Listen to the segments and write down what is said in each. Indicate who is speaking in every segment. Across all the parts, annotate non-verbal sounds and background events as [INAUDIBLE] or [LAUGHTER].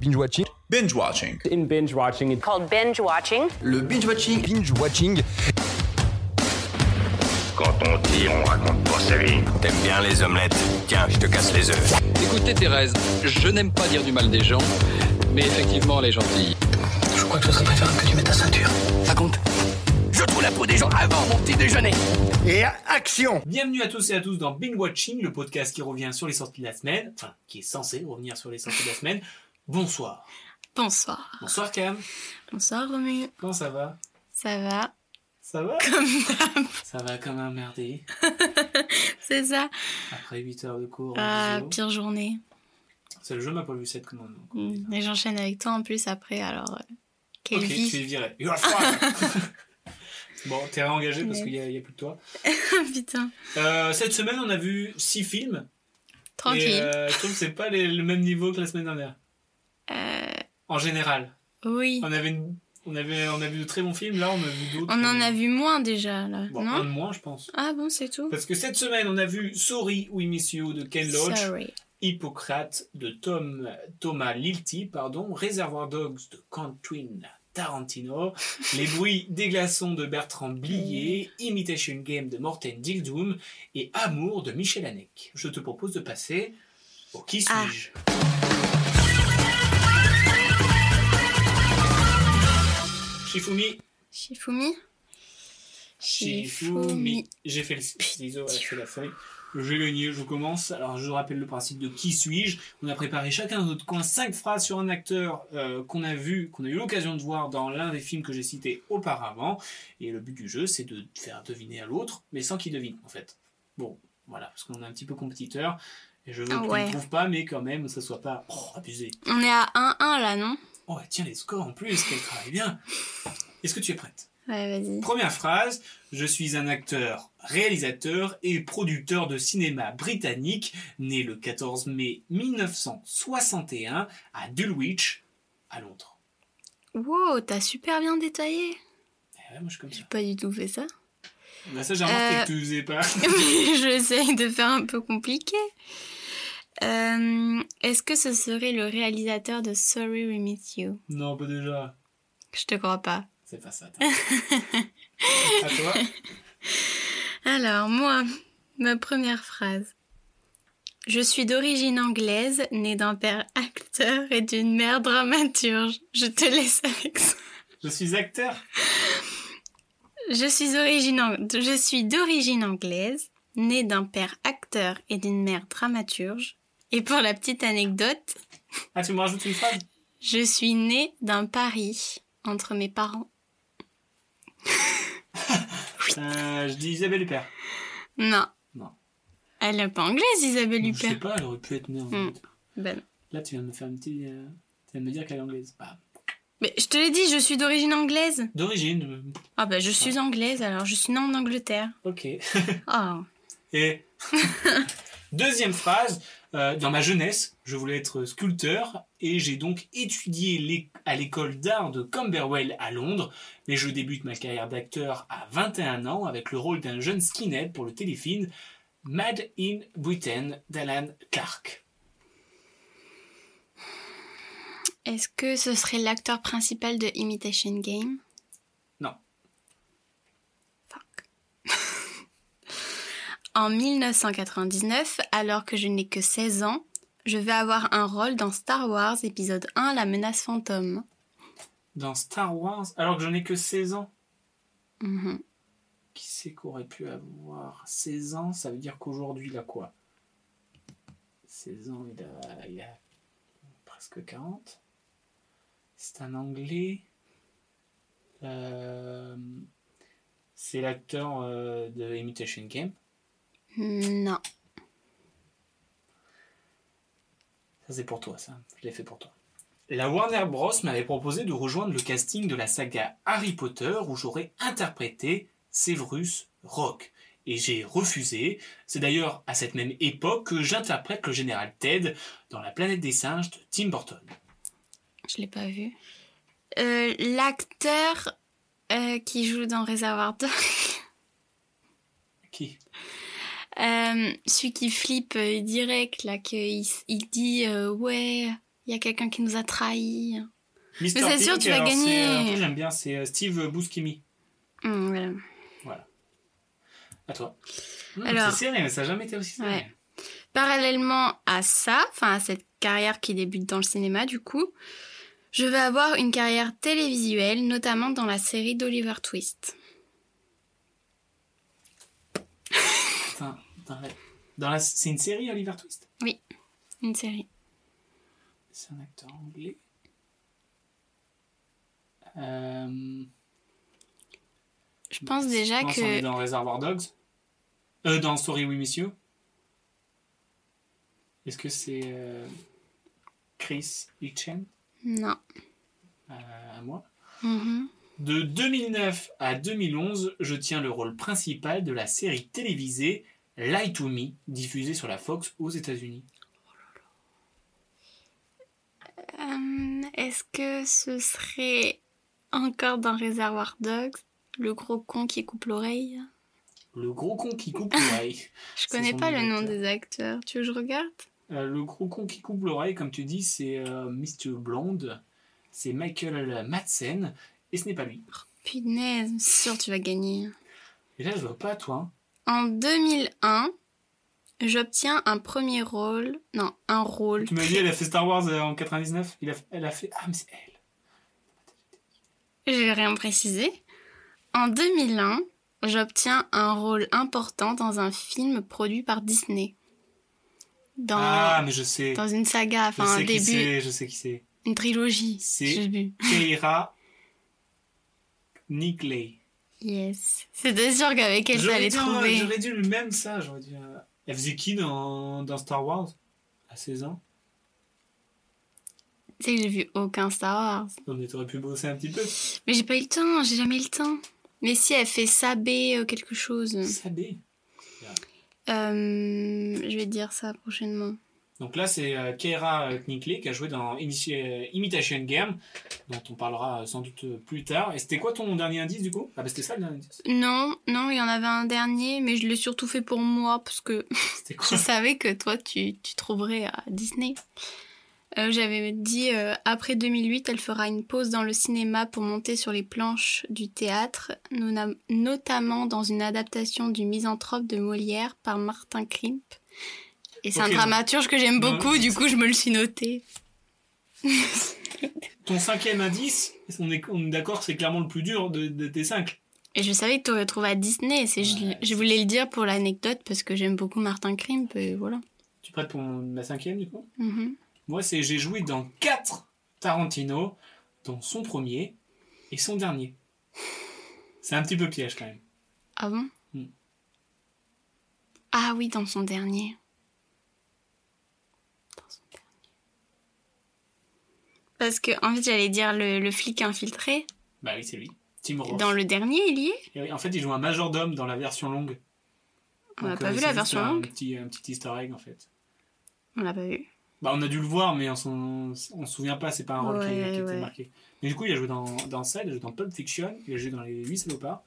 Speaker 1: Binge watching.
Speaker 2: Binge watching.
Speaker 3: In binge watching,
Speaker 4: called binge watching.
Speaker 5: Le binge watching.
Speaker 1: Binge watching.
Speaker 6: Quand on tire, on raconte pas sa vie. T'aimes bien les omelettes Tiens, je te casse les œufs.
Speaker 7: Écoutez Thérèse, je n'aime pas dire du mal des gens, mais effectivement elle est gentille.
Speaker 8: Je crois que ce serait préférable que tu mettes ta ceinture.
Speaker 9: Ça compte Je trouve la peau des gens avant mon petit déjeuner.
Speaker 10: Et action
Speaker 11: Bienvenue à tous et à tous dans Binge Watching, le podcast qui revient sur les sorties de la semaine, enfin qui est censé revenir sur les sorties de la semaine. Bonsoir.
Speaker 12: Bonsoir.
Speaker 11: Bonsoir Cam.
Speaker 12: Bonsoir Roméo.
Speaker 11: Comment ça va
Speaker 12: Ça va.
Speaker 11: Ça va
Speaker 12: Comme d'hab.
Speaker 11: Ça va comme un merdé.
Speaker 12: C'est ça.
Speaker 11: Après 8 heures de cours.
Speaker 12: Ah, pire journée.
Speaker 11: C'est le jeu m'a pas vu cette commande.
Speaker 12: Mm. Et j'enchaîne avec toi en plus après, alors. euh, quelle
Speaker 11: ok,
Speaker 12: vie.
Speaker 11: tu es viré. You are fired. bon, t'es réengagé parce qu'il n'y a, il y a plus de toi.
Speaker 12: [LAUGHS] Putain.
Speaker 11: Euh, cette semaine, on a vu 6 films. Et
Speaker 12: Tranquille.
Speaker 11: euh, je trouve que c'est pas les- le même niveau que la semaine dernière.
Speaker 12: Euh,
Speaker 11: En général.
Speaker 12: oui.
Speaker 11: On avait, une- on avait, on a vu de très bons films, là on a vu d'autres.
Speaker 12: On en a vu moins déjà, là.
Speaker 11: Bon, un
Speaker 12: non
Speaker 11: de moins, je pense.
Speaker 12: Ah bon, c'est tout
Speaker 11: Parce que cette semaine, on a vu Sorry We Miss You de Ken Loach.
Speaker 12: Sorry.
Speaker 11: Hippocrate de Tom, Thomas Lilty, pardon, Réservoir Dogs de Quentin
Speaker 12: [LAUGHS]
Speaker 11: Tarantino, Les bruits des glaçons de Bertrand Blier, Imitation Game de Morten Dildoum et Amour de Michel Haneke. Je te propose de passer au Qui
Speaker 12: Ah.
Speaker 11: suis-je Shifumi,
Speaker 12: Shifumi
Speaker 11: Shifumi. J'ai fait le ciseau, elle a fait la feuille. J'ai gagné, je commence. Alors, je rappelle le principe de qui suis-je. On a préparé chacun de notre coin cinq phrases sur un acteur euh, qu'on a vu, qu'on a eu l'occasion de voir dans l'un des films que j'ai cités auparavant. Et le but du jeu, c'est de faire deviner à l'autre, mais sans qu'il devine, en fait. Bon, voilà, parce qu'on est un petit peu compétiteur. Et je veux
Speaker 12: Ah
Speaker 11: qu'on
Speaker 12: ouais.
Speaker 11: ne trouve pas, mais quand même, ça soit pas oh, abusé.
Speaker 12: On est à 1-1 là, non
Speaker 11: Oh, elle tient les scores en plus, qu'elle travaille bien. Est-ce que tu es prête
Speaker 12: Ouais, vas-y.
Speaker 11: Première phrase, je suis un acteur, réalisateur et producteur de cinéma britannique, né le 14 mai 1961 à Dulwich, à Londres.
Speaker 12: Wow, t'as super bien détaillé.
Speaker 11: Eh ouais, moi je suis comme ça.
Speaker 12: J'ai pas du tout fait ça.
Speaker 11: Bah, ça j'ai remarqué
Speaker 12: Euh,
Speaker 11: que tu faisais pas. [LAUGHS]
Speaker 12: [LAUGHS] J'essaye de faire un peu compliqué. Euh, Est-ce que ce serait le réalisateur de Sorry We Meet You
Speaker 11: Non, pas déjà.
Speaker 12: Je te crois pas.
Speaker 11: C'est pas ça.
Speaker 12: [LAUGHS]
Speaker 11: t'as- à toi.
Speaker 12: Alors, moi, ma première phrase. Je suis d'origine anglaise, née d'un père acteur et d'une mère dramaturge. Je te laisse avec ça.
Speaker 11: Je suis acteur.
Speaker 12: Je suis d'origine ang- je suis d'origine anglaise, née d'un père acteur et d'une mère dramaturge. Et pour la petite anecdote,
Speaker 11: Ah, tu me rajoutes une phrase
Speaker 12: je suis née d'un pari entre mes parents.
Speaker 11: Euh, Je dis Isabelle Huppert.
Speaker 12: Non.
Speaker 11: Non.
Speaker 12: Elle n'est pas anglaise, Isabelle
Speaker 11: Je sais
Speaker 12: Huppert.
Speaker 11: pas, elle aurait pu être née en
Speaker 12: Hmm.
Speaker 11: fait.
Speaker 12: Ben non.
Speaker 11: Là, tu viens de me faire un petit. euh, Tu viens de me dire qu'elle est anglaise. Bah,
Speaker 12: Mais je te l'ai dit, je suis d'origine anglaise.
Speaker 11: D'origine.
Speaker 12: Ah bah je suis anglaise alors, je suis née en Angleterre.
Speaker 11: euh, Ok.
Speaker 12: Oh.
Speaker 11: Et [LAUGHS] deuxième phrase, euh, dans ma jeunesse, je voulais être sculpteur et j'ai donc étudié l'é- à l'école d'art de Camberwell à Londres, mais je débute ma carrière d'acteur à 21 ans avec le rôle d'un jeune skinhead pour le téléfilm Mad in Britain d'Alan Clark.
Speaker 12: Est-ce que ce serait l'acteur principal de Imitation Game
Speaker 11: Non.
Speaker 12: Fuck. [LAUGHS] en 1999, alors que je n'ai que 16 ans, je vais avoir un rôle dans Star Wars épisode 1 La menace fantôme.
Speaker 11: Dans Star Wars, alors que je n'ai que 16 ans,
Speaker 12: Mhm.
Speaker 11: qui c'est qu'aurait pu avoir 16 ans Ça veut dire qu'aujourd'hui, il a quoi 16 ans, il a, il a presque 40. C'est un anglais. Euh, c'est l'acteur euh, de Imitation Game.
Speaker 12: Non.
Speaker 11: Ça, c'est pour toi, ça. Je l'ai fait pour toi. La Warner Bros. m'avait proposé de rejoindre le casting de la saga Harry Potter où j'aurais interprété Severus Rock. Et j'ai refusé. C'est d'ailleurs à cette même époque que j'interprète le général Ted dans La planète des singes de Tim Burton.
Speaker 12: Je l'ai pas vu. Euh, l'acteur euh, qui joue dans Reservoir Dogs, [LAUGHS]
Speaker 11: Qui
Speaker 12: euh, celui qui flippe euh, direct là, qu'il il dit euh, ouais, Il y a quelqu'un qui nous a trahis.
Speaker 11: Mister
Speaker 12: c'est sûr,
Speaker 11: Pink,
Speaker 12: tu vas
Speaker 11: alors, c'est,
Speaker 12: gagner.
Speaker 11: euh, après, J'aime bien, c'est euh, Steve Buscemi.
Speaker 12: Hum, voilà.
Speaker 11: À toi. Hmm, Non,
Speaker 12: Alors.
Speaker 11: C'est serré, mais ça n'a jamais été aussi serré.
Speaker 12: Ouais. Parallèlement à ça, enfin à cette carrière qui débute dans le cinéma du coup, je vais avoir une carrière télévisuelle, notamment dans la série d'Oliver Twist.
Speaker 11: Putain, putain, ouais. Dans la... C'est une série, Oliver Twist
Speaker 12: Une série.
Speaker 11: C'est un acteur anglais. Euh,
Speaker 12: Je pense déjà
Speaker 11: je pense qu'on est
Speaker 12: que...
Speaker 11: dans Reservoir Dogs. Euh, dans Story We Miss You. Est-ce que c'est euh, Chris Hitchen
Speaker 12: Non.
Speaker 11: euh, à moi
Speaker 12: Mhm.
Speaker 11: De 2009 à 2011, je tiens le rôle principal de la série télévisée Lie to Me, diffusée sur la Fox aux États-Unis.
Speaker 12: Euh, Est-ce que ce serait encore dans Reservoir Dogs Le gros con qui coupe l'oreille
Speaker 11: Le gros con qui
Speaker 12: [COUGHS]
Speaker 11: coupe l'oreille.
Speaker 12: Je
Speaker 11: C'est
Speaker 12: connais
Speaker 11: son
Speaker 12: pas
Speaker 11: nom
Speaker 12: le nom
Speaker 11: d'acteur.
Speaker 12: des acteurs. Tu veux que je regarde
Speaker 11: Euh, le gros con qui coupe l'oreille, comme tu dis, c'est euh, Mr. Blonde, c'est Michael Madsen, et ce n'est pas lui.
Speaker 12: Punaise, c'est sûr tu vas gagner.
Speaker 11: Et là, je vois pas toi. hein.
Speaker 12: En 2001, j'obtiens un premier rôle. Non, un rôle.
Speaker 11: hein. Tu m'as dit, elle a fait Star Wars euh, en 99 Il a fait- Elle a fait. Ah, mais c'est elle.
Speaker 12: J'ai rien précisé. En 2001, j'obtiens un rôle important dans un film produit par Disney. Dans,
Speaker 11: Ah, mais je sais.
Speaker 12: dans une saga,
Speaker 11: Je
Speaker 12: enfin un
Speaker 11: sais qui
Speaker 12: début,
Speaker 11: c'est, je sais qui c'est.
Speaker 12: une trilogie.
Speaker 11: C'est-
Speaker 12: J'ai vu.
Speaker 11: Keira Nickley.
Speaker 12: Yes. C'était sûr qu'avec elle,
Speaker 11: J'aurais
Speaker 12: t'allais
Speaker 11: dû- hein,
Speaker 12: trouver.
Speaker 11: J'aurais dû le même ça, j'aurais dû. euh, Elle faisait qui dans, dans Star Wars À 16 ans
Speaker 12: Tu sais que j'ai vu aucun Star Wars.
Speaker 11: Non, mais t'aurais pu bosser un petit peu.
Speaker 12: Mais j'ai pas eu le temps, j'ai jamais eu le temps. Mais si, elle fait Sabé euh, quelque chose.
Speaker 11: Mm. Sabé.
Speaker 12: Euh, je vais te dire ça prochainement.
Speaker 11: Donc là, c'est euh, Keira Knightley qui a joué dans Initi- euh, Imitation Game, dont on parlera euh, sans doute euh, plus tard. Et c'était quoi ton dernier indice du coup Ah, bah c'était ça le dernier indice.
Speaker 12: Non, non, il y en avait un dernier, mais je l'ai surtout fait pour moi parce que
Speaker 11: C'était
Speaker 12: je
Speaker 11: quoi
Speaker 12: savais que toi, tu, tu trouverais à Disney. Euh, J'avais dit, euh, après 2008, elle fera une pause dans le cinéma pour monter sur les planches du théâtre, nona- notamment dans une adaptation du Misanthrope de Molière par Martin Krimp. Et c'est
Speaker 11: Ok,
Speaker 12: un
Speaker 11: donc-
Speaker 12: dramaturge que j'aime
Speaker 11: Non,
Speaker 12: beaucoup, du coup, je me le suis noté.
Speaker 11: [LAUGHS] Ton cinquième indice, on est, on est d'accord, c'est clairement le plus dur de, de- des cinq.
Speaker 12: Et je savais que tu aurais trouvé à Disney. C'est, je-
Speaker 11: Ouais,
Speaker 12: je, voulais le dire pour l'anecdote parce que j'aime beaucoup Martin Krimp et voilà.
Speaker 11: Tu prêtes pour mon- ma cinquième du coup
Speaker 12: Mhm.
Speaker 11: Moi, c'est j'ai joué dans 4 Tarantino, dont son premier et son dernier. C'est un petit peu piège quand même.
Speaker 12: Ah bon
Speaker 11: Mm.
Speaker 12: Ah oui, dans son dernier. Dans son dernier. Parce que, en fait, j'allais dire le, le flic infiltré.
Speaker 11: Bah oui, c'est lui. Tim Roth.
Speaker 12: Dans le dernier, il y est
Speaker 11: Et oui, En fait, il joue un majordome dans la version longue.
Speaker 12: On n'a
Speaker 11: Donc,
Speaker 12: pas
Speaker 11: euh,
Speaker 12: vu
Speaker 11: c'est
Speaker 12: la
Speaker 11: juste
Speaker 12: version
Speaker 11: un
Speaker 12: longue
Speaker 11: Petit, un petit easter egg en fait.
Speaker 12: On l'a pas vu.
Speaker 11: Bah, on a dû le voir, mais on s'en- on se souvient pas, c'est pas un rôle qui-
Speaker 12: Ouais,
Speaker 11: qui,
Speaker 12: ouais.
Speaker 11: était marqué. Mais du coup, il a joué dans, dans ça, il a joué dans Pulp Fiction, il a joué dans Les 8 salopards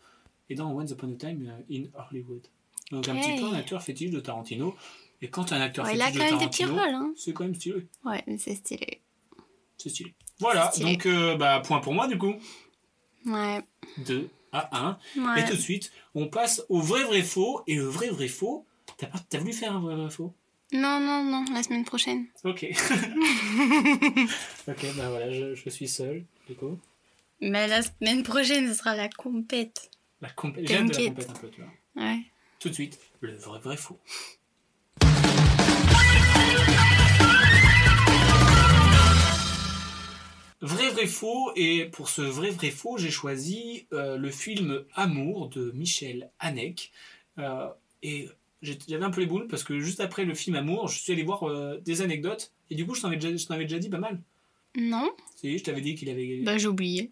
Speaker 11: et dans Once Upon a Time euh, in Hollywood. Donc, un
Speaker 12: Ok.
Speaker 11: petit peu un acteur fétiche de Tarantino. Et quand un acteur
Speaker 12: Ouais, il
Speaker 11: fétiche
Speaker 12: a
Speaker 11: de
Speaker 12: quand même des petits
Speaker 11: Tarantino,
Speaker 12: rôles, hein.
Speaker 11: c'est quand même stylé.
Speaker 12: Ouais, mais c'est stylé.
Speaker 11: C'est stylé. Voilà,
Speaker 12: C'est stylé.
Speaker 11: donc euh, bah, point pour moi du coup.
Speaker 12: Ouais.
Speaker 11: 2 à 1. Et
Speaker 12: Ouais.
Speaker 11: tout de suite, on passe au vrai vrai faux. Et le vrai vrai faux, t'as, pas- t'as voulu faire un vrai vrai faux
Speaker 12: Non, non, non, la semaine prochaine.
Speaker 11: Ok.
Speaker 12: [LAUGHS]
Speaker 11: ok, bah voilà, je, je suis seul du coup.
Speaker 12: Mais la semaine prochaine, ce sera la compète.
Speaker 11: La compé- J'ai hâte de la
Speaker 12: T'inquiète.
Speaker 11: compète un peu, tu vois.
Speaker 12: Ouais.
Speaker 11: Tout de suite, le vrai vrai faux. Vrai vrai faux, et pour ce vrai vrai faux, j'ai choisi euh, le film Amour de Michel Haneck. Euh, et j'ai- j'avais un peu les boules parce que juste après le film Amour, je suis allé voir euh, des anecdotes, et du coup je t'en avais, déjà- je t'en avais déjà dit pas mal.
Speaker 12: Non
Speaker 11: Si, je t'avais dit qu'il avait
Speaker 12: Bah j'ai oublié.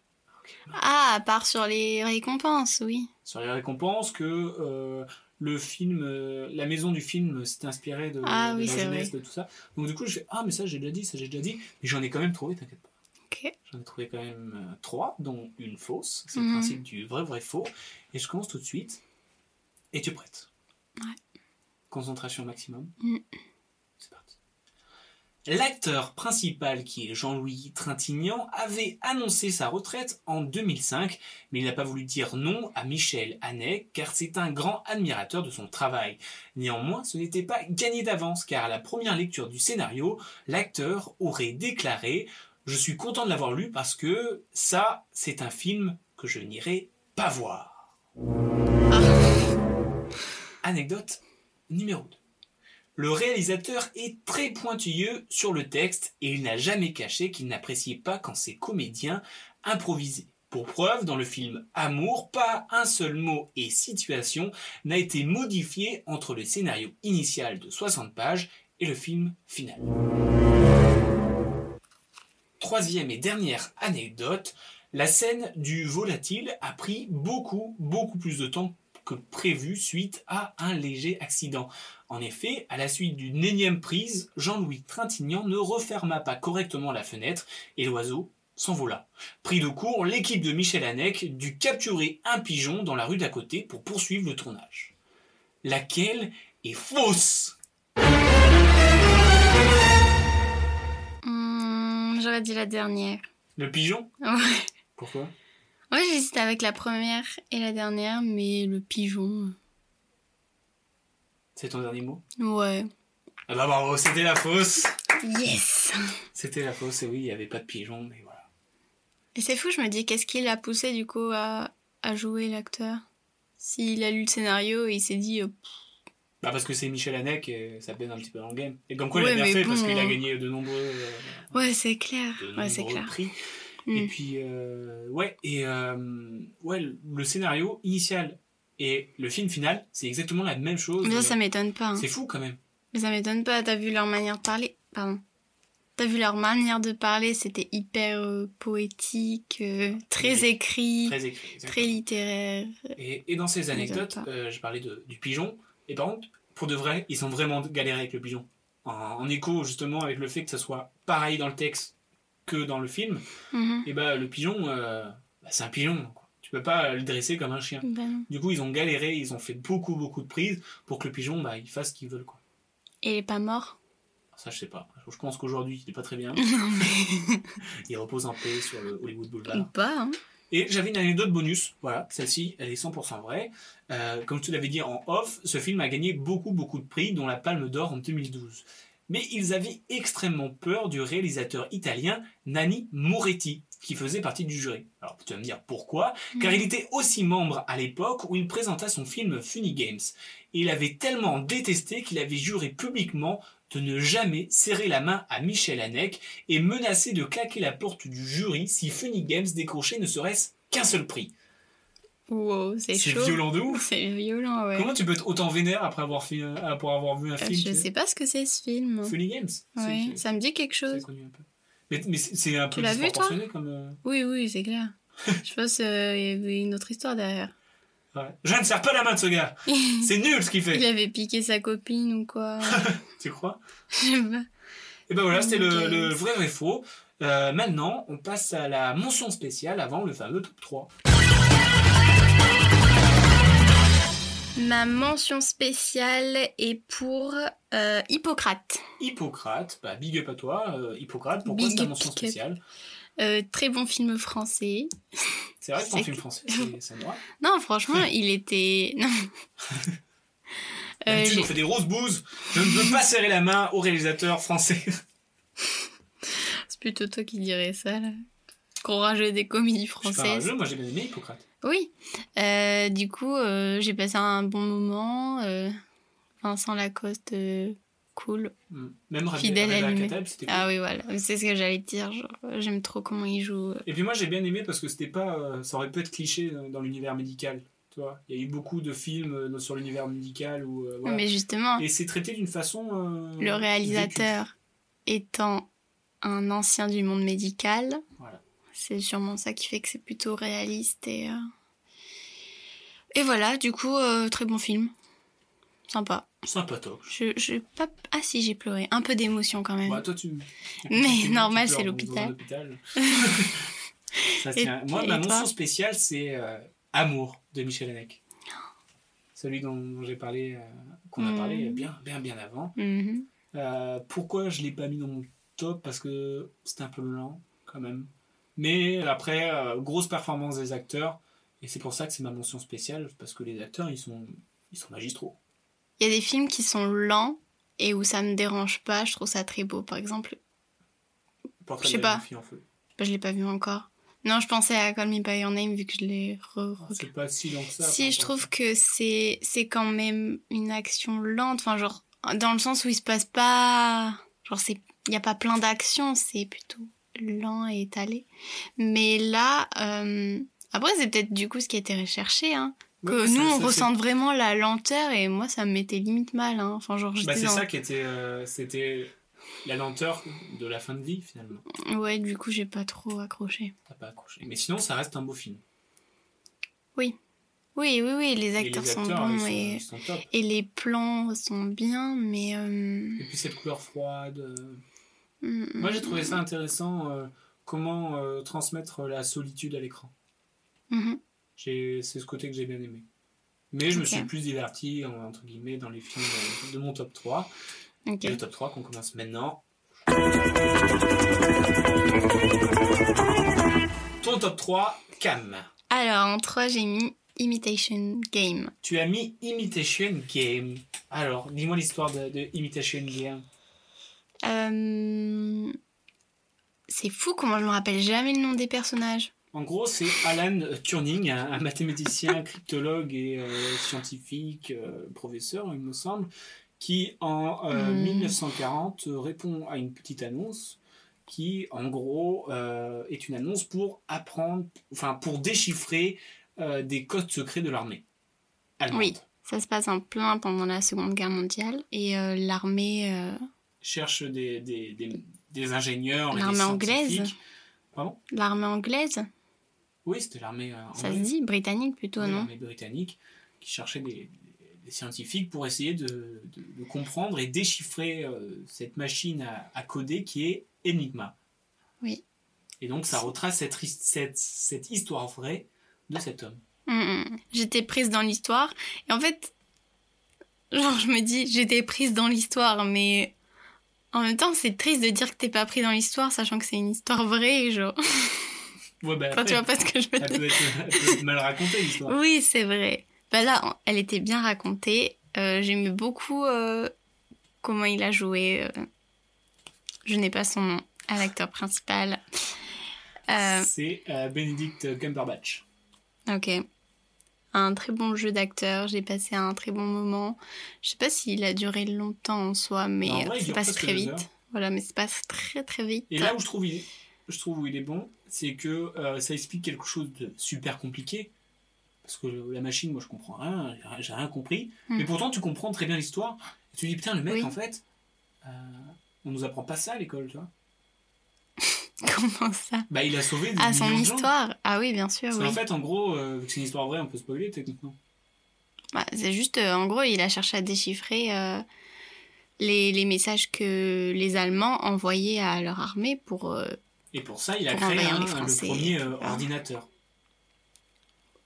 Speaker 12: Ah, à part sur les récompenses, oui.
Speaker 11: sur les récompenses que euh, le film, euh, la maison du film s'est inspirée de,
Speaker 12: Ah
Speaker 11: de
Speaker 12: oui,
Speaker 11: la
Speaker 12: c'est
Speaker 11: jeunesse,
Speaker 12: vrai.
Speaker 11: de tout ça. Donc du coup, je fais ah mais ça j'ai déjà dit, ça j'ai déjà dit, mais j'en ai quand même trouvé, t'inquiète pas.
Speaker 12: Ok.
Speaker 11: J'en ai trouvé quand même euh, trois, dont une fausse. C'est le
Speaker 12: Mhm.
Speaker 11: principe du vrai vrai faux. Et je commence tout de suite. Et tu prêtes
Speaker 12: Ouais. Mm.
Speaker 11: Concentration maximum.
Speaker 12: Mhm.
Speaker 11: C'est parti. L'acteur principal, qui est Jean-Louis Trintignant, avait annoncé sa retraite en 2005, mais il n'a pas voulu dire non à Michel Hannet, car c'est un grand admirateur de son travail. Néanmoins, ce n'était pas gagné d'avance, car à la première lecture du scénario, l'acteur aurait déclaré Je suis content de l'avoir lu parce que ça, c'est un film que je n'irai pas voir. Anecdote numéro 2. Le réalisateur est très pointilleux sur le texte et il n'a jamais caché qu'il n'appréciait pas quand ses comédiens improvisaient. Pour preuve, dans le film Amour, pas un seul mot et situation n'a été modifié entre le scénario initial de 60 pages et le film final. Troisième et dernière anecdote, la scène du volatile a pris beaucoup, beaucoup plus de temps que prévu suite à un léger accident. En effet, à la suite d'une énième prise, Jean-Louis Trintignant ne referma pas correctement la fenêtre et l'oiseau s'envola. Pris de court, l'équipe de Michel Hanec dut capturer un pigeon dans la rue d'à côté pour poursuivre le tournage. Laquelle est fausse
Speaker 12: Hmm, J'aurais dit la dernière.
Speaker 11: Le pigeon
Speaker 12: Ouais.
Speaker 11: Pourquoi
Speaker 12: Moi, j'hésite avec la première et la dernière, mais le pigeon.
Speaker 11: C'est ton dernier mot
Speaker 12: euh, Ouais.
Speaker 11: Ah bah bravo, c'était la fausse
Speaker 12: Yes
Speaker 11: C'était la fausse, et oui, il n'y avait pas de pigeon, mais voilà.
Speaker 12: Et c'est fou, je me dis, qu'est-ce qui l'a poussé du coup à, à jouer l'acteur S'il a lu le scénario et il s'est dit. euh,
Speaker 11: Bah parce que c'est Michel Hanec et ça pèse un petit peu dans le game. Et comme quoi
Speaker 12: Ouais,
Speaker 11: il a bien
Speaker 12: mais
Speaker 11: fait parce
Speaker 12: bon,
Speaker 11: qu'il a
Speaker 12: hein.
Speaker 11: gagné de nombreux, euh,
Speaker 12: Ouais, c'est clair.
Speaker 11: de
Speaker 12: Ouais, c'est
Speaker 11: nombreux
Speaker 12: clair.
Speaker 11: prix.
Speaker 12: Mm.
Speaker 11: Et puis euh, ouais et euh, ouais le le scénario initial et le film final c'est exactement la même chose.
Speaker 12: Mais ça, ça m'étonne pas. hein.
Speaker 11: c'est fou quand même.
Speaker 12: Mais ça m'étonne pas, t'as vu leur manière de parler. Pardon. T'as vu leur manière de parler, c'était hyper euh, poétique, euh, très
Speaker 11: Très
Speaker 12: écrit,
Speaker 11: Très écrit. exactement.
Speaker 12: très littéraire.
Speaker 11: Et, et dans ces
Speaker 12: Ça m'étonne
Speaker 11: anecdotes,
Speaker 12: pas.
Speaker 11: euh, je parlais de- du pigeon. Et par contre, pour de vrai, ils ont vraiment galéré avec le pigeon. En, en écho justement avec le fait que ça soit pareil dans le texte que dans le film.
Speaker 12: Mhm.
Speaker 11: Et bah le pigeon, euh, bah, c'est un pigeon. Quoi. Tu peux pas le dresser comme un chien.
Speaker 12: Bah non.
Speaker 11: Du coup, ils ont galéré, ils ont fait beaucoup, beaucoup de prises pour que le pigeon, bah, il fasse ce qu'il veut, quoi.
Speaker 12: Et il est pas mort.
Speaker 11: Ça, je sais pas. Je pense qu'aujourd'hui, il est pas très bien.
Speaker 12: non, mais.
Speaker 11: Il repose en paix sur le Hollywood
Speaker 12: [LAUGHS] Ou
Speaker 11: Boulevard.
Speaker 12: pas, hein.
Speaker 11: Et j'avais une anecdote bonus. Voilà, celle-ci, elle est 100% vraie. Euh, comme je te l'avais dit en off, ce film a gagné beaucoup, beaucoup de prix, dont la Palme d'Or en 2012. Mais ils avaient extrêmement peur du réalisateur italien Nanni Moretti, qui faisait partie du jury. Alors, tu vas me dire pourquoi car il était aussi membre à l'époque où il présenta son film Funny Games. Et il avait tellement détesté qu'il avait juré publiquement de ne jamais serrer la main à Michel Hanec et menacé de claquer la porte du jury si Funny Games décrochait ne serait-ce qu'un seul prix.
Speaker 12: Wow, c'est
Speaker 11: C'est
Speaker 12: chaud.
Speaker 11: violent de ouf.
Speaker 12: [LAUGHS] C'est violent, ouais.
Speaker 11: Comment tu peux être autant vénère après avoir, fait, euh, pour avoir vu un
Speaker 12: Euh,
Speaker 11: film
Speaker 12: je
Speaker 11: tu
Speaker 12: sais pas ce que c'est ce film.
Speaker 11: Funny Games C'est-
Speaker 12: Ouais,
Speaker 11: c'est-
Speaker 12: ça me dit quelque
Speaker 11: c'est
Speaker 12: chose.
Speaker 11: connu un peu. Mais, mais c'est c'est un
Speaker 12: Tu
Speaker 11: peu
Speaker 12: l'as vu, toi
Speaker 11: disproportionné comme... euh,
Speaker 12: Oui, oui,
Speaker 11: [LAUGHS]
Speaker 12: c'est clair. je pense qu'il y avait une autre histoire derrière.
Speaker 11: ouais. Je ne serre pas la main de ce
Speaker 12: [LAUGHS]
Speaker 11: gars
Speaker 12: il
Speaker 11: C'est nul ce qu'il fait
Speaker 12: avait piqué sa copine
Speaker 11: [LAUGHS]
Speaker 12: ou quoi.
Speaker 11: Tu crois
Speaker 12: Je sais pas.
Speaker 11: Et ben voilà, c'était le,
Speaker 12: Ok.
Speaker 11: le vrai vrai faux. Euh, maintenant, on passe à la mention spéciale avant le fameux top 3.
Speaker 12: Ma mention spéciale est pour euh, Hippocrate.
Speaker 11: Hippocrate, bah, big up à toi, euh, Hippocrate, pourquoi
Speaker 12: Big
Speaker 11: c'est ta
Speaker 12: up,
Speaker 11: mention
Speaker 12: big up.
Speaker 11: spéciale
Speaker 12: Euh, très bon film français.
Speaker 11: C'est vrai que ton
Speaker 12: C'est
Speaker 11: film
Speaker 12: que-
Speaker 11: français, c'est- c'est moi.
Speaker 12: Non, franchement, il était. [LAUGHS]
Speaker 11: [LAUGHS]
Speaker 12: Non. Euh,
Speaker 11: D'habitude, on
Speaker 12: j'ai-
Speaker 11: fait des roses bouses. Je ne veux pas serrer la main au réalisateur français. [LAUGHS]
Speaker 12: c'est plutôt toi qui dirais ça, là. Qu'on rajoute des comédies
Speaker 11: Je suis pas
Speaker 12: françaises.
Speaker 11: rageux, moi j'ai bien aimé Hippocrate.
Speaker 12: Oui. Euh, du coup, euh, j'ai passé un bon moment. euh, Vincent Lacoste, euh, cool.
Speaker 11: Mm. Même Rabbi-
Speaker 12: Fidèle
Speaker 11: Rabbi
Speaker 12: allumé.
Speaker 11: Akatab, c'était cool.
Speaker 12: Ah oui, voilà. C'est ce que j'allais te dire. genre, euh, J'aime trop comment il joue. euh.
Speaker 11: Et puis moi j'ai bien aimé parce que c'était pas, euh, ça aurait pu être cliché dans, dans l'univers médical. Tu vois, il y a eu beaucoup de films euh, sur l'univers médical où euh, voilà.
Speaker 12: Mais justement,
Speaker 11: Et c'est traité d'une façon. euh,
Speaker 12: le réalisateur étant un ancien du monde médical,
Speaker 11: Voilà.
Speaker 12: c'est sûrement ça qui fait que c'est plutôt réaliste. Et, euh, et voilà, du coup, euh, très bon film. Sympa.
Speaker 11: vécue. Sympatoche.
Speaker 12: Je, je pas... Ah si, j'ai pleuré. Un peu d'émotion quand même.
Speaker 11: Bah, toi, [LAUGHS] tu.
Speaker 12: Mais
Speaker 11: tu
Speaker 12: normal,
Speaker 11: pleures
Speaker 12: c'est
Speaker 11: dans-
Speaker 12: l'hôpital.
Speaker 11: dans l'hôpital. [LAUGHS] Ça
Speaker 12: Et-
Speaker 11: tient. Moi,
Speaker 12: et
Speaker 11: ma
Speaker 12: toi
Speaker 11: mention spéciale, c'est euh, Amour de Michel Hanec. Celui dont, dont j'ai parlé, euh, qu'on a
Speaker 12: Mm.
Speaker 11: parlé bien, bien, bien avant.
Speaker 12: Mhm.
Speaker 11: Euh, pourquoi je l'ai pas mis dans mon top parce que c'était un peu lent quand même. Mais après, euh, grosse performance des acteurs. Et c'est pour ça que c'est ma mention spéciale parce que les acteurs, ils sont, ils sont magistraux.
Speaker 12: Il y a des films qui sont lents et où ça me dérange pas, je trouve ça très beau. Par exemple,
Speaker 11: Portrait
Speaker 12: Je sais
Speaker 11: de la jeune
Speaker 12: pas.
Speaker 11: fille en feu.
Speaker 12: bah, je l'ai pas vu encore. Non, je pensais à Call Me By Your Name vu que je l'ai re
Speaker 11: Alors, Ah, C'est pas si long que ça.
Speaker 12: Si,
Speaker 11: par
Speaker 12: je
Speaker 11: contre.
Speaker 12: trouve que c'est c'est quand même une action lente. Enfin, genre, dans le sens où il se passe pas. Genre, c'est il n'y a pas plein d'actions, c'est plutôt lent et étalé. Mais là, euh, après, c'est peut-être du coup ce qui a été recherché. Hein,
Speaker 11: Ouais,
Speaker 12: que
Speaker 11: c'est-
Speaker 12: nous, on
Speaker 11: c'est-
Speaker 12: ressent vraiment la lenteur et moi, ça me mettait limite mal. Hein. Enfin, genre,
Speaker 11: Bah,
Speaker 12: j'étais
Speaker 11: c'est
Speaker 12: dans-
Speaker 11: ça qui était. euh, c'était la lenteur de la fin de vie finalement.
Speaker 12: Ouais, du coup, j'ai pas trop accroché.
Speaker 11: T'as pas accroché. Mais sinon, ça reste un beau film.
Speaker 12: Oui, oui, oui, les
Speaker 11: Et
Speaker 12: acteurs, sont
Speaker 11: ils
Speaker 12: bons
Speaker 11: euh, sont,
Speaker 12: et...
Speaker 11: ils sont top.
Speaker 12: et les plans sont bien, mais. euh,
Speaker 11: Et puis cette couleur froide. euh,
Speaker 12: mm,
Speaker 11: Moi, j'ai trouvé ça intéressant. euh, comment euh, transmettre la solitude à l'écran.
Speaker 12: mhm.
Speaker 11: J'ai- C'est ce côté que j'ai bien aimé. Mais je me
Speaker 12: Ok.
Speaker 11: suis plus diverti, en- entre guillemets, dans les films euh, de mon top 3.
Speaker 12: mm, Ok.
Speaker 11: Et le top 3 qu'on commence maintenant. Ton top 3, Cam.
Speaker 12: Alors, en 3, j'ai mis Imitation Game.
Speaker 11: Tu as mis Imitation Game. Alors, dis-moi l'histoire de, de Imitation Game.
Speaker 12: Euh, C'est fou comment je me rappelle jamais le nom des personnages.
Speaker 11: En gros, c'est Alan Turing, un, un mathématicien, cryptologue et euh, scientifique, euh, professeur, il me semble, qui en euh,
Speaker 12: Hmm.
Speaker 11: 1940 euh, répond à une petite annonce qui, en gros, euh, est une annonce pour apprendre, enfin, pour déchiffrer euh, des codes secrets de l'armée allemande.
Speaker 12: Oui. Ça se passe en plein pendant la Seconde Guerre mondiale et euh, l'armée. euh,
Speaker 11: Cherche des, des, des- des ingénieurs. et des
Speaker 12: L'armée anglaise
Speaker 11: scientifiques. Pardon
Speaker 12: L'armée anglaise,
Speaker 11: Oui, c'était l'armée euh, anglaise.
Speaker 12: ça se dit, britannique plutôt,
Speaker 11: de
Speaker 12: non
Speaker 11: l'armée britannique qui cherchait des, des scientifiques pour essayer de, de- de comprendre et déchiffrer euh, cette machine à, à coder qui est Enigma.
Speaker 12: Oui.
Speaker 11: Et donc ça retrace cette, his- cette, cette histoire vraie de cet homme.
Speaker 12: Mm, mm. J'étais prise dans l'histoire et en fait, genre, je me dis, j'étais prise dans l'histoire, mais en même temps, c'est triste de dire que t'es pas pris dans l'histoire, sachant que c'est une histoire vraie, genre.
Speaker 11: Ouais, bah,
Speaker 12: Enfin, tu vois
Speaker 11: après,
Speaker 12: pas ce que je veux dire.
Speaker 11: elle, peut être, elle peut être mal racontée l'histoire.
Speaker 12: Oui, c'est vrai. Bah là, on- elle était bien racontée. Euh, J'aimais beaucoup euh, comment il a joué. euh, je n'ai pas son nom à l'acteur principal. [LAUGHS] Euh,
Speaker 11: C'est euh, Benedict Cumberbatch.
Speaker 12: ok. Un très bon jeu d'acteur. J'ai passé un très bon moment. Je sais pas s'il a duré longtemps en soi, mais
Speaker 11: En vrai, il
Speaker 12: ça
Speaker 11: dure
Speaker 12: passe
Speaker 11: presque
Speaker 12: très
Speaker 11: deux
Speaker 12: vite.
Speaker 11: heures.
Speaker 12: Voilà, mais ça passe très très vite.
Speaker 11: Et là où je trouve, il, je trouve où il est bon, c'est que euh, ça explique quelque chose de super compliqué. Parce que la machine, moi je comprends rien, j'ai rien- j'ai rien compris.
Speaker 12: Hmm.
Speaker 11: Mais pourtant, tu comprends très bien l'histoire. Et tu dis, putain, le mec,
Speaker 12: Oui.
Speaker 11: en fait, euh, on nous apprend pas ça à l'école, tu vois.
Speaker 12: [LAUGHS] Comment ça
Speaker 11: Bah, il a sauvé des
Speaker 12: Ah, son
Speaker 11: millions de gens.
Speaker 12: histoire Ah oui, bien sûr,
Speaker 11: Parce
Speaker 12: oui.
Speaker 11: qu'en fait, en gros, euh, vu que c'est une histoire vraie, on peut spoiler techniquement.
Speaker 12: Bah, c'est juste, euh, en gros, il a cherché à déchiffrer euh, les, les messages que les Allemands envoyaient à leur armée pour... euh,
Speaker 11: Et pour ça, il a
Speaker 12: Pour
Speaker 11: créé
Speaker 12: envahir
Speaker 11: un-
Speaker 12: les
Speaker 11: un-
Speaker 12: Français.
Speaker 11: le premier euh,
Speaker 12: Ah.
Speaker 11: ordinateur.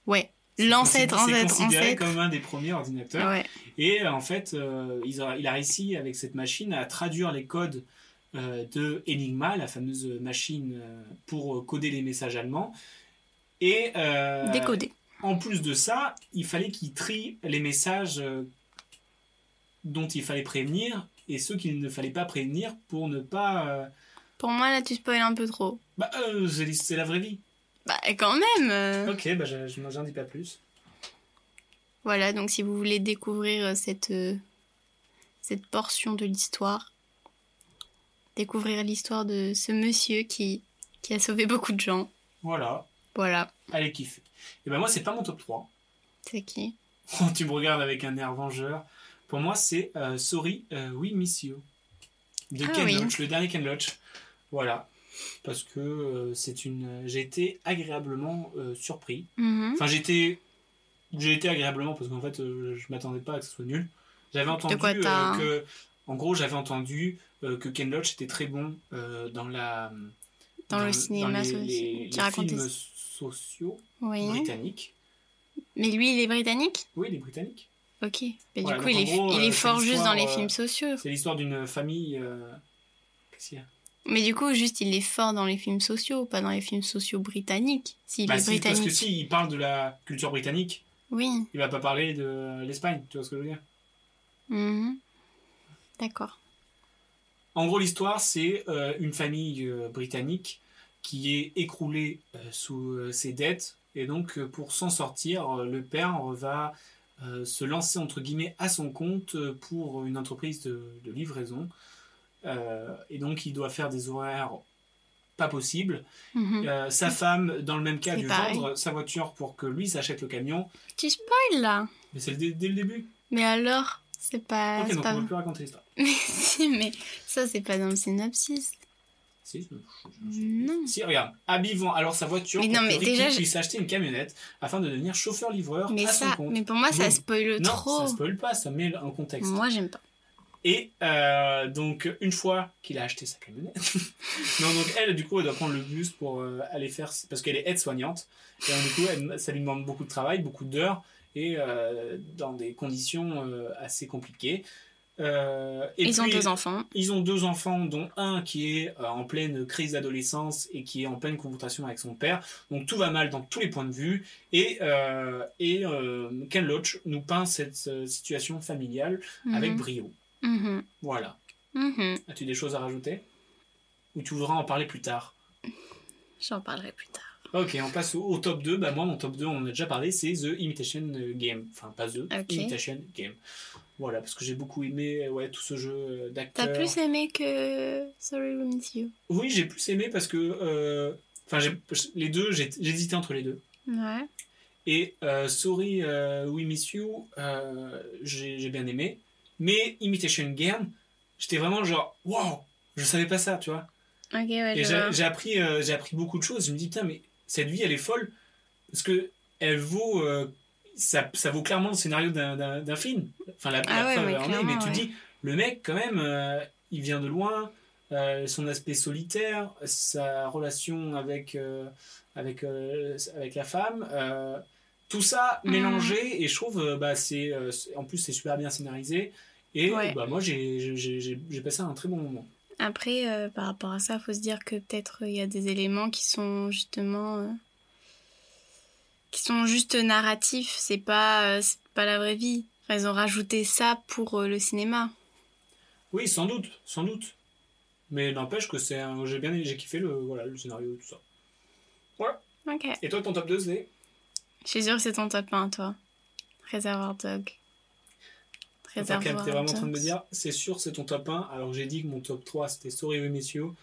Speaker 12: Ouais, l'ancêtre,
Speaker 11: C'est- c'est
Speaker 12: ancêtre,
Speaker 11: considéré
Speaker 12: ancêtre.
Speaker 11: comme un des premiers ordinateurs.
Speaker 12: Ouais,
Speaker 11: Et euh, en fait, euh, ils ont- il a réussi avec cette machine à traduire les codes euh, de Enigma, la fameuse machine euh, pour euh, coder les messages allemands. Et euh,
Speaker 12: décodé.
Speaker 11: en plus de ça, il fallait qu'il trie les messages euh, dont il fallait prévenir et ceux qu'il ne fallait pas prévenir pour ne pas. euh,
Speaker 12: Pour moi, là, tu spoil un peu trop.
Speaker 11: Bah, euh, c'est c'est la vraie vie.
Speaker 12: Bah, quand même euh,
Speaker 11: Ok, bah, je, je n'en dis pas plus.
Speaker 12: Voilà, donc si vous voulez découvrir euh, cette, euh, cette portion de l'histoire, découvrir l'histoire de ce monsieur qui, qui a sauvé beaucoup de gens,
Speaker 11: Voilà,
Speaker 12: voilà,
Speaker 11: allez kiffer. Et ben moi, c'est pas mon top 3.
Speaker 12: c'est qui
Speaker 11: Oh, tu me regardes avec un air vengeur. Pour moi, c'est euh, Sorry, euh, We Miss You. De
Speaker 12: Ah
Speaker 11: Ken
Speaker 12: oui.
Speaker 11: Loach, le dernier Ken Loach. Voilà. Parce que euh, c'est une. J'ai été agréablement euh, surpris.
Speaker 12: Mhm.
Speaker 11: Enfin, j'étais. J'ai été agréablement parce qu'en fait, euh, je m'attendais pas à que ce soit nul. J'avais entendu
Speaker 12: quoi
Speaker 11: euh,
Speaker 12: t'as-
Speaker 11: que. En gros, j'avais entendu euh, que Ken Loach était très bon euh, dans la.
Speaker 12: Dans le cinéma
Speaker 11: les-
Speaker 12: soci-
Speaker 11: les-
Speaker 12: qui
Speaker 11: les
Speaker 12: racontait-
Speaker 11: films sociaux
Speaker 12: Oui.
Speaker 11: britanniques.
Speaker 12: Mais lui, il est britannique
Speaker 11: Oui, les britanniques.
Speaker 12: Ok. Mais
Speaker 11: Voilà,
Speaker 12: du coup,
Speaker 11: donc en
Speaker 12: il est,
Speaker 11: gros,
Speaker 12: il
Speaker 11: euh, c'est
Speaker 12: est fort juste dans les
Speaker 11: l'histoire, euh,
Speaker 12: films sociaux.
Speaker 11: C'est l'histoire d'une famille. euh, Qu'est-ce qu'il y a
Speaker 12: Mais du coup, juste, il est fort dans les films sociaux, pas dans les films sociaux britanniques. S'il
Speaker 11: Bah
Speaker 12: est
Speaker 11: si, parce
Speaker 12: britannique.
Speaker 11: que si, il parle de la culture britannique,
Speaker 12: Oui.
Speaker 11: il va pas parler de l'Espagne, tu vois ce que je veux dire
Speaker 12: Mhm. D'accord.
Speaker 11: En gros, l'histoire, c'est euh, une famille euh, britannique qui est écroulée euh, sous euh, ses dettes. Et donc, euh, pour s'en sortir, euh, le père va euh, se lancer, entre guillemets, à son compte euh, pour une entreprise de, de livraison. Euh, et donc, il doit faire des horaires pas possibles.
Speaker 12: Mhm.
Speaker 11: Euh, sa femme, dans le même cas,
Speaker 12: C'est
Speaker 11: lui
Speaker 12: pareil.
Speaker 11: vendre sa voiture pour que lui s'achète le camion.
Speaker 12: Petit spoil là.
Speaker 11: Mais c'est le dé- dès le début.
Speaker 12: Mais alors, c'est pas.
Speaker 11: ok,
Speaker 12: Ah, c'est
Speaker 11: donc
Speaker 12: pas...
Speaker 11: on ne peut plus raconter l'histoire.
Speaker 12: [LAUGHS] Mais si, mais ça, c'est pas dans le synopsis.
Speaker 11: Si, je-
Speaker 12: Non.
Speaker 11: Si, regarde, Abby vend alors sa voiture
Speaker 12: Mais
Speaker 11: pour
Speaker 12: non, mais
Speaker 11: que Ricky
Speaker 12: déjà, je-
Speaker 11: puisse acheter une camionnette afin de devenir chauffeur-livreur
Speaker 12: Mais
Speaker 11: à son
Speaker 12: ça,
Speaker 11: compte.
Speaker 12: mais pour moi, ça
Speaker 11: Boum.
Speaker 12: spoil
Speaker 11: non,
Speaker 12: trop.
Speaker 11: ça spoil pas, ça met un contexte.
Speaker 12: Moi, j'aime pas.
Speaker 11: Et euh, donc, une fois qu'il a acheté sa camionnette, [LAUGHS] non, donc elle, du coup, elle doit prendre le bus pour euh, aller faire... Parce qu'elle est aide-soignante, et donc, du coup, elle- ça lui demande beaucoup de travail, beaucoup d'heures, et euh, dans des conditions euh, assez compliquées. Euh, et
Speaker 12: Ils ont
Speaker 11: puis-
Speaker 12: deux enfants.
Speaker 11: ils ont deux enfants, dont un qui est euh, en pleine crise d'adolescence et qui est en pleine confrontation avec son père. Donc tout va mal dans tous les points de vue. Et, euh, et euh, Ken Loach nous peint cette euh, situation familiale avec
Speaker 12: Mhm.
Speaker 11: brio.
Speaker 12: Mhm.
Speaker 11: Voilà.
Speaker 12: Mhm.
Speaker 11: As-tu des choses à rajouter Ou tu voudras en parler plus tard
Speaker 12: J'en parlerai plus tard.
Speaker 11: Ok, on passe au, au top 2. Bah, moi, mon top 2, on en a déjà parlé, c'est The Imitation Game. Enfin, pas The,
Speaker 12: Ok.
Speaker 11: Imitation Game. Voilà, parce que j'ai beaucoup aimé euh, ouais, tout ce jeu euh, d'acteurs.
Speaker 12: T'as plus aimé que Sorry We Miss You.
Speaker 11: Oui, j'ai plus aimé parce que. euh, Enfin, j'ai- les deux, j'ai j'ai hésité entre les deux.
Speaker 12: Ouais.
Speaker 11: Et euh, Sorry, euh, We Miss You, euh, j'ai j'ai bien aimé. Mais Imitation Game, j'étais vraiment genre, wow, je savais pas ça, tu vois.
Speaker 12: Ok, ouais,
Speaker 11: Et
Speaker 12: je
Speaker 11: j'ai
Speaker 12: vois.
Speaker 11: j'ai appris, euh, j'ai appris beaucoup de choses. Je me dis, putain, mais cette vie, elle est folle. Parce que elle vaut. euh, ça, ça vaut clairement le scénario d'un- d'un d'un film. Enfin, la,
Speaker 12: Ah
Speaker 11: la
Speaker 12: ouais,
Speaker 11: preuve en
Speaker 12: mais
Speaker 11: est, Mais
Speaker 12: clairement,
Speaker 11: tu
Speaker 12: ouais.
Speaker 11: dis, le mec, quand même, euh, il vient de loin. euh, son aspect solitaire, sa relation avec, euh, avec, euh, avec la femme. euh, tout ça
Speaker 12: Mhm.
Speaker 11: mélangé. Et je trouve, euh, bah, c'est euh, c'est- en plus, c'est super bien scénarisé. Et
Speaker 12: Ouais.
Speaker 11: bah, moi, j'ai- j'ai j'ai- j'ai- j'ai passé un très bon moment.
Speaker 12: Après, euh, par rapport à ça, faut se dire que peut-être euh, il y a des éléments qui sont justement euh, qui sont juste narratifs. C'est pas euh, c'est pas la vraie vie. Enfin, Ils ont rajouté ça pour euh, le cinéma.
Speaker 11: Oui, sans doute, sans doute. Mais n'empêche que c'est un... j'ai bien j'ai kiffé le voilà le scénario et tout ça.
Speaker 12: Ok.
Speaker 11: Et toi ton top 2 c'est
Speaker 12: Je suis sûre que c'est ton top 1, toi. Réservoir Dog.
Speaker 11: Enfin, Cam,
Speaker 12: Réservoir
Speaker 11: t'es vraiment en train de me
Speaker 12: Dogs.
Speaker 11: dire c'est sûr c'est ton top 1 alors que j'ai dit que mon top 3 c'était Sorry We Miss You,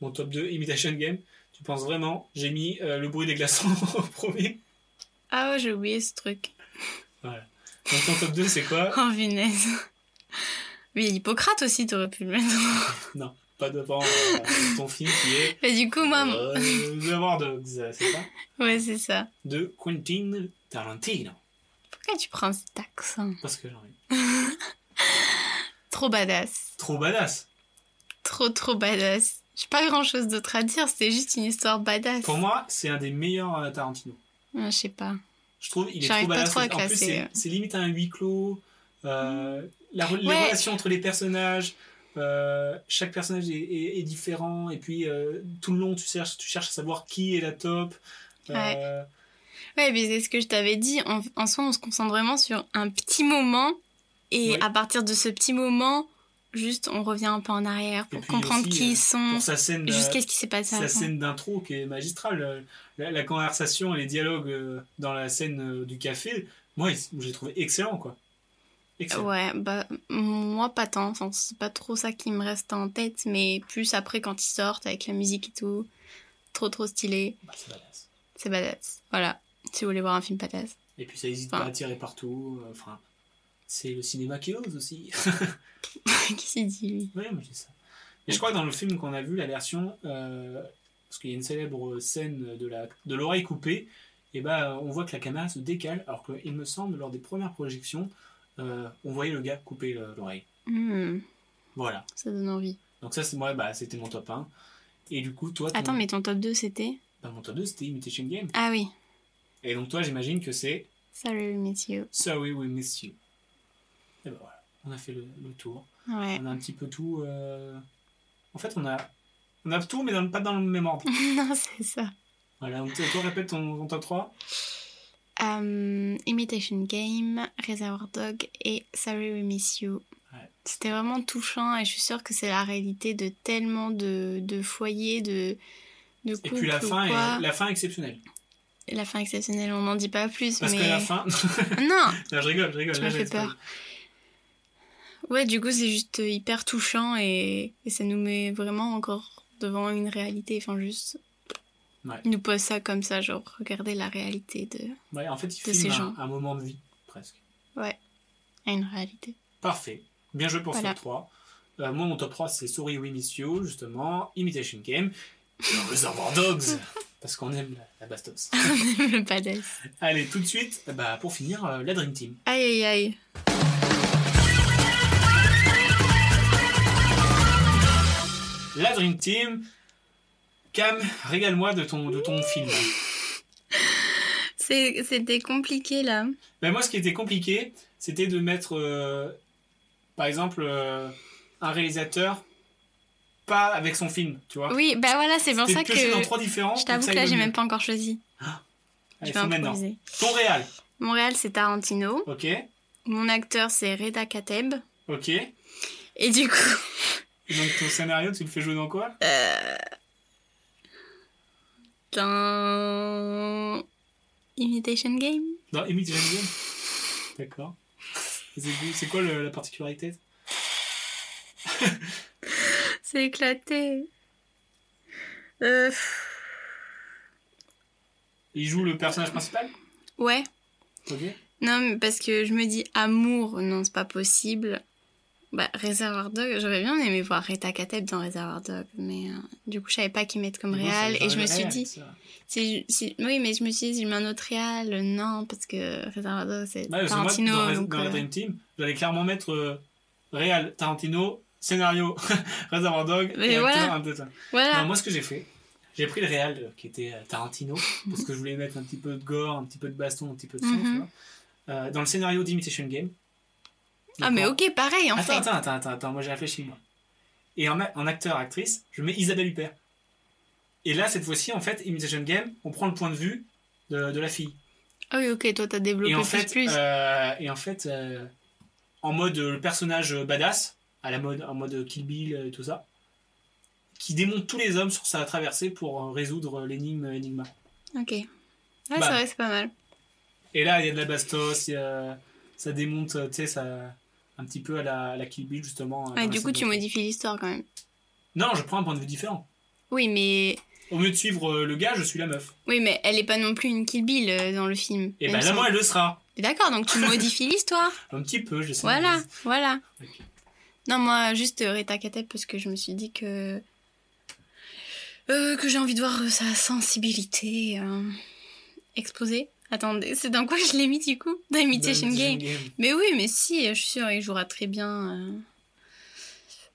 Speaker 11: mon top 2 Imitation Game. Tu penses vraiment j'ai mis euh, le bruit des glaçons [LAUGHS] en premier.
Speaker 12: Ah ouais, j'ai oublié ce truc. [LAUGHS]
Speaker 11: Donc ton top 2 c'est quoi
Speaker 12: Oh, punaise. [LAUGHS] Mais Hippocrate aussi, t'aurais pu le mettre. [LAUGHS]
Speaker 11: Pas devant euh, ton film qui est
Speaker 12: Mais du coup, moi. mon-
Speaker 11: euh, The War Dogs, euh, c'est ça
Speaker 12: Ouais, c'est ça.
Speaker 11: De Quentin Tarantino
Speaker 12: Pourquoi tu prends cet accent
Speaker 11: parce que j'en ai
Speaker 12: Trop badass.
Speaker 11: trop badass.
Speaker 12: trop trop badass. J'ai pas grand chose d'autre à dire, c'était juste une histoire badass.
Speaker 11: Pour moi, c'est un des meilleurs euh, Tarantino.
Speaker 12: Ah, je sais pas.
Speaker 11: Je trouve il est
Speaker 12: J'arrive
Speaker 11: trop
Speaker 12: pas
Speaker 11: badass.
Speaker 12: trop à
Speaker 11: en plus,
Speaker 12: classer,
Speaker 11: c'est-
Speaker 12: euh.
Speaker 11: c'est limite un huis clos. Euh, la, re- les
Speaker 12: Ouais.
Speaker 11: relations entre les personnages. euh, chaque personnage est, est- est différent. Et puis, euh, tout le long, tu cherches, tu cherches à savoir qui est la top. Euh,
Speaker 12: Ouais. Ouais, mais c'est ce que je t'avais dit. En, en soi, on se concentre vraiment sur un petit moment. Et
Speaker 11: Oui.
Speaker 12: à partir de ce petit moment, juste on revient un peu en arrière pour
Speaker 11: puis
Speaker 12: comprendre
Speaker 11: aussi,
Speaker 12: qui
Speaker 11: euh,
Speaker 12: ils sont,
Speaker 11: Pour sa scène, euh,
Speaker 12: Mm. jusqu'à ce qui s'est passé
Speaker 11: sa
Speaker 12: avant.
Speaker 11: scène d'intro qui est magistrale. euh, La, la conversation et les dialogues euh, dans la scène euh, du café, moi, ils- je l'ai trouvé excellent, quoi. Excellent.
Speaker 12: Ouais, bah moi pas tant. Enfin, c'est pas trop ça qui me reste en tête, mais plus après quand ils sortent avec la musique et tout. Trop trop stylé.
Speaker 11: Bah, c'est badass.
Speaker 12: C'est badass. Voilà. Si vous voulez voir un film badass. [LAUGHS]
Speaker 11: Et puis, ça hésite
Speaker 12: Enfin.
Speaker 11: pas à tirer partout. euh, Enfin, c'est le cinéma qui ose aussi.
Speaker 12: qui s'est dit lui
Speaker 11: Oui, mais c'est ça. Et je crois que dans le film qu'on a vu, la version, euh, parce qu'il y a une célèbre scène de la de l'oreille coupée, et ben on voit que la caméra se décale, alors qu'il me semble lors des premières projections, euh, on voyait le gars couper le- l'oreille.
Speaker 12: Hmm.
Speaker 11: Voilà.
Speaker 12: Ça donne envie.
Speaker 11: Donc ça, c'est moi, bah c'était mon top 1. Et du coup, toi, ton-
Speaker 12: Attends, mais ton top 2 c'était
Speaker 11: bah, mon top 2, c'était Imitation Game.
Speaker 12: Ah oui,
Speaker 11: Et donc toi, j'imagine que c'est
Speaker 12: Sorry We Miss You.
Speaker 11: Sorry We Miss You. Et ben voilà, on a fait le, le tour.
Speaker 12: Ouais. [LAUGHS]
Speaker 11: On a un petit peu tout. euh, En fait, on a On a tout, mais dans- pas dans le même ordre.
Speaker 12: non, c'est ça.
Speaker 11: Voilà, donc toi, répète ton, ton top 3.
Speaker 12: Euh, Imitation Game, Reservoir Dog et Sorry We Miss You.
Speaker 11: Ouais.
Speaker 12: C'était vraiment touchant et je suis sûre que c'est la réalité de tellement de, de foyers, de, de
Speaker 11: Et
Speaker 12: couples.
Speaker 11: puis la
Speaker 12: ou
Speaker 11: fin,
Speaker 12: quoi.
Speaker 11: est, la fin exceptionnelle.
Speaker 12: Et la fin exceptionnelle, on n'en dit pas plus.
Speaker 11: Parce
Speaker 12: mais...
Speaker 11: qu'à la fin.
Speaker 12: [LAUGHS]
Speaker 11: [LAUGHS]
Speaker 12: Non,
Speaker 11: non, je rigole, je rigole.
Speaker 12: Tu
Speaker 11: là,
Speaker 12: m'as fait
Speaker 11: j'ai-
Speaker 12: peur. ouais, du coup, c'est juste euh, hyper touchant et, et ça nous met vraiment encore devant une réalité. Enfin, juste.
Speaker 11: Ouais.
Speaker 12: Ils nous pose ça comme ça, genre, regardez la réalité de.
Speaker 11: Ouais, en fait, il
Speaker 12: De
Speaker 11: filme
Speaker 12: ces
Speaker 11: un,
Speaker 12: gens.
Speaker 11: un moment de vie, presque.
Speaker 12: à une réalité. [LAUGHS]
Speaker 11: Parfait. Bien joué pour
Speaker 12: Voilà.
Speaker 11: ce top 3. Euh, moi, mon top 3, c'est Sorry We Miss You, justement, Imitation Game, et Reservoir
Speaker 12: [LAUGHS]
Speaker 11: Dogs, parce qu'on aime la, la bastos.
Speaker 12: Le badass.
Speaker 11: Allez, tout de suite, bah, pour finir, euh, la Dream Team.
Speaker 12: Aïe aïe aïe.
Speaker 11: La Dream Team, Cam, régale-moi de ton, de ton film.
Speaker 12: C'est- C'était compliqué là.
Speaker 11: Ben, moi, ce qui était compliqué, c'était de mettre, euh, par exemple, euh, un réalisateur pas avec son film, tu vois.
Speaker 12: Oui, bah voilà, c'est pour
Speaker 11: T'es
Speaker 12: ça que.
Speaker 11: pioché dans trois différents.
Speaker 12: Je t'avoue
Speaker 11: comme ça,
Speaker 12: que là,
Speaker 11: il vaut
Speaker 12: j'ai
Speaker 11: mieux.
Speaker 12: même pas encore choisi.
Speaker 11: Allez,
Speaker 12: je vais
Speaker 11: faut maintenant.
Speaker 12: improviser.
Speaker 11: Ton réal,
Speaker 12: Montréal, c'est Tarantino.
Speaker 11: ok,
Speaker 12: Mon acteur, c'est Reda Kateb.
Speaker 11: ok. Et
Speaker 12: Et du coup, [LAUGHS]
Speaker 11: donc ton scénario, tu le fais jouer dans quoi
Speaker 12: dans. Imitation Game
Speaker 11: Dans Imitation Game. D'accord. Et C'est c'est quoi le- la particularité
Speaker 12: C'est éclaté. Euh, pff,
Speaker 11: Il joue le personnage principal
Speaker 12: Ouais.
Speaker 11: Ok.
Speaker 12: Non, mais parce que je me dis amour, non, c'est pas possible. Bah, Reservoir Dog, j'aurais bien aimé voir Reda Kateb dans Reservoir Dog, mais euh, du coup, je savais pas qui mettre comme réal. Et je me suis dit, Si, si- oui, mais je me suis dit, s'il met un autre réal, euh, non, parce que Reservoir Dogs,
Speaker 11: Ouais,
Speaker 12: c'est
Speaker 11: Ah parce que moi,
Speaker 12: Tarantino.
Speaker 11: dans, la-
Speaker 12: donc,
Speaker 11: dans la
Speaker 12: euh,
Speaker 11: Dream Team, j'allais clairement mettre euh, Réal, Tarantino, scénario, [LAUGHS] Reservoir Dog,
Speaker 12: Mais
Speaker 11: et
Speaker 12: voilà.
Speaker 11: acteur, un, deux, un.
Speaker 12: voilà.
Speaker 11: Non, moi, ce que j'ai fait, j'ai pris le réal euh, qui était euh, Tarantino, parce que je voulais mettre un petit peu de gore, un petit peu de baston, un petit peu de sang,
Speaker 12: Mhm.
Speaker 11: tu vois. Euh, dans le scénario d'Imitation Game.
Speaker 12: ah, mais
Speaker 11: D'accord.
Speaker 12: ok, pareil, en
Speaker 11: attends,
Speaker 12: fait.
Speaker 11: attends, attends, attends, attends, moi j'ai réfléchi, moi. Et en, ma- en acteur, actrice, je mets Isabelle Huppert. Et là, cette fois-ci, en fait, Imitation Game, on prend le point de vue de, de la fille.
Speaker 12: Ah oui, ok, toi, t'as développé
Speaker 11: Et en,
Speaker 12: plus
Speaker 11: fait,
Speaker 12: plus.
Speaker 11: euh, et en fait, euh, en mode euh, le personnage badass, à la mode, en mode Kill Bill euh, et tout ça, qui démonte tous les hommes sur sa traversée pour euh, résoudre euh, l'énigme euh, Enigma.
Speaker 12: Ok. Ouais,
Speaker 11: bah.
Speaker 12: c'est vrai, c'est pas mal.
Speaker 11: Et là, il y a de la bastos, il y a- ça démonte, euh, tu sais, ça un petit peu à la, à la Kill Bill justement. euh, dans
Speaker 12: Ouais,
Speaker 11: la
Speaker 12: Ah, du
Speaker 11: scène
Speaker 12: coup, tu
Speaker 11: de-
Speaker 12: modifies l'histoire quand même.
Speaker 11: Non, je prends un point de vue différent.
Speaker 12: Oui, mais.
Speaker 11: Au lieu de suivre euh, le gars, je suis la meuf.
Speaker 12: Oui, mais elle est pas non plus une Kill Bill euh, dans le film.
Speaker 11: Et
Speaker 12: même
Speaker 11: ben
Speaker 12: si
Speaker 11: là,
Speaker 12: on-
Speaker 11: moi, elle le sera.
Speaker 12: D'accord, donc tu modifies l'histoire.
Speaker 11: Un petit peu, je sais.
Speaker 12: Voilà, voilà.
Speaker 11: Ok.
Speaker 12: Non, moi, juste euh, Rita Kateb, parce que je me suis dit que. euh, que j'ai envie de voir euh, sa sensibilité euh, exposée. Attendez, c'est dans quoi je l'ai mis du coup Dans Imitation Game. Mais oui, mais si, euh, je suis sûre, il jouera très bien euh,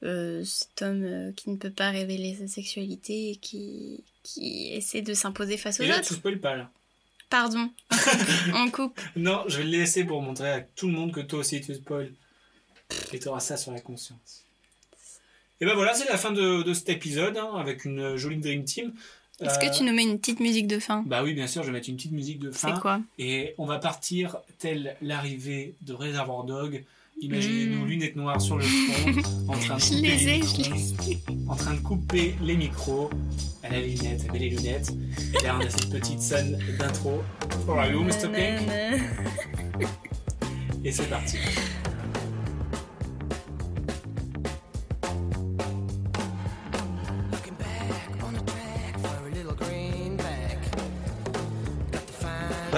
Speaker 12: euh, cet homme euh, qui ne peut pas révéler sa sexualité et qui, qui essaie de s'imposer face aux
Speaker 11: Et là, tu
Speaker 12: autres.
Speaker 11: spoil pas, là. [LAUGHS]
Speaker 12: Pardon, on coupe.
Speaker 11: Non, je vais le laisser pour montrer à tout le monde que toi aussi tu spoil. Et t'auras ça sur la conscience. Et ben voilà, c'est la fin de, de cet épisode hein, avec une jolie Dream Team.
Speaker 12: Est-ce
Speaker 11: Euh,
Speaker 12: que tu nous mets une petite musique de fin
Speaker 11: Bah oui, bien sûr, je vais mettre une petite musique de
Speaker 12: C'est
Speaker 11: fin.
Speaker 12: quoi
Speaker 11: Et on va partir telle l'arrivée de Reservoir Dog. Imaginez-nous
Speaker 12: Mm.
Speaker 11: lunettes noires sur le front, en train de
Speaker 12: Je
Speaker 11: couper
Speaker 12: les ai, je
Speaker 11: micros, en train de couper les micros. Elle a les lunettes, elle met les lunettes. Et là, on a cette petite scène d'intro. How are you, Mr. Pink?
Speaker 12: Nanana.
Speaker 11: Et c'est parti.
Speaker 9: Looking back on the track for a little greenback. Got to find
Speaker 1: Je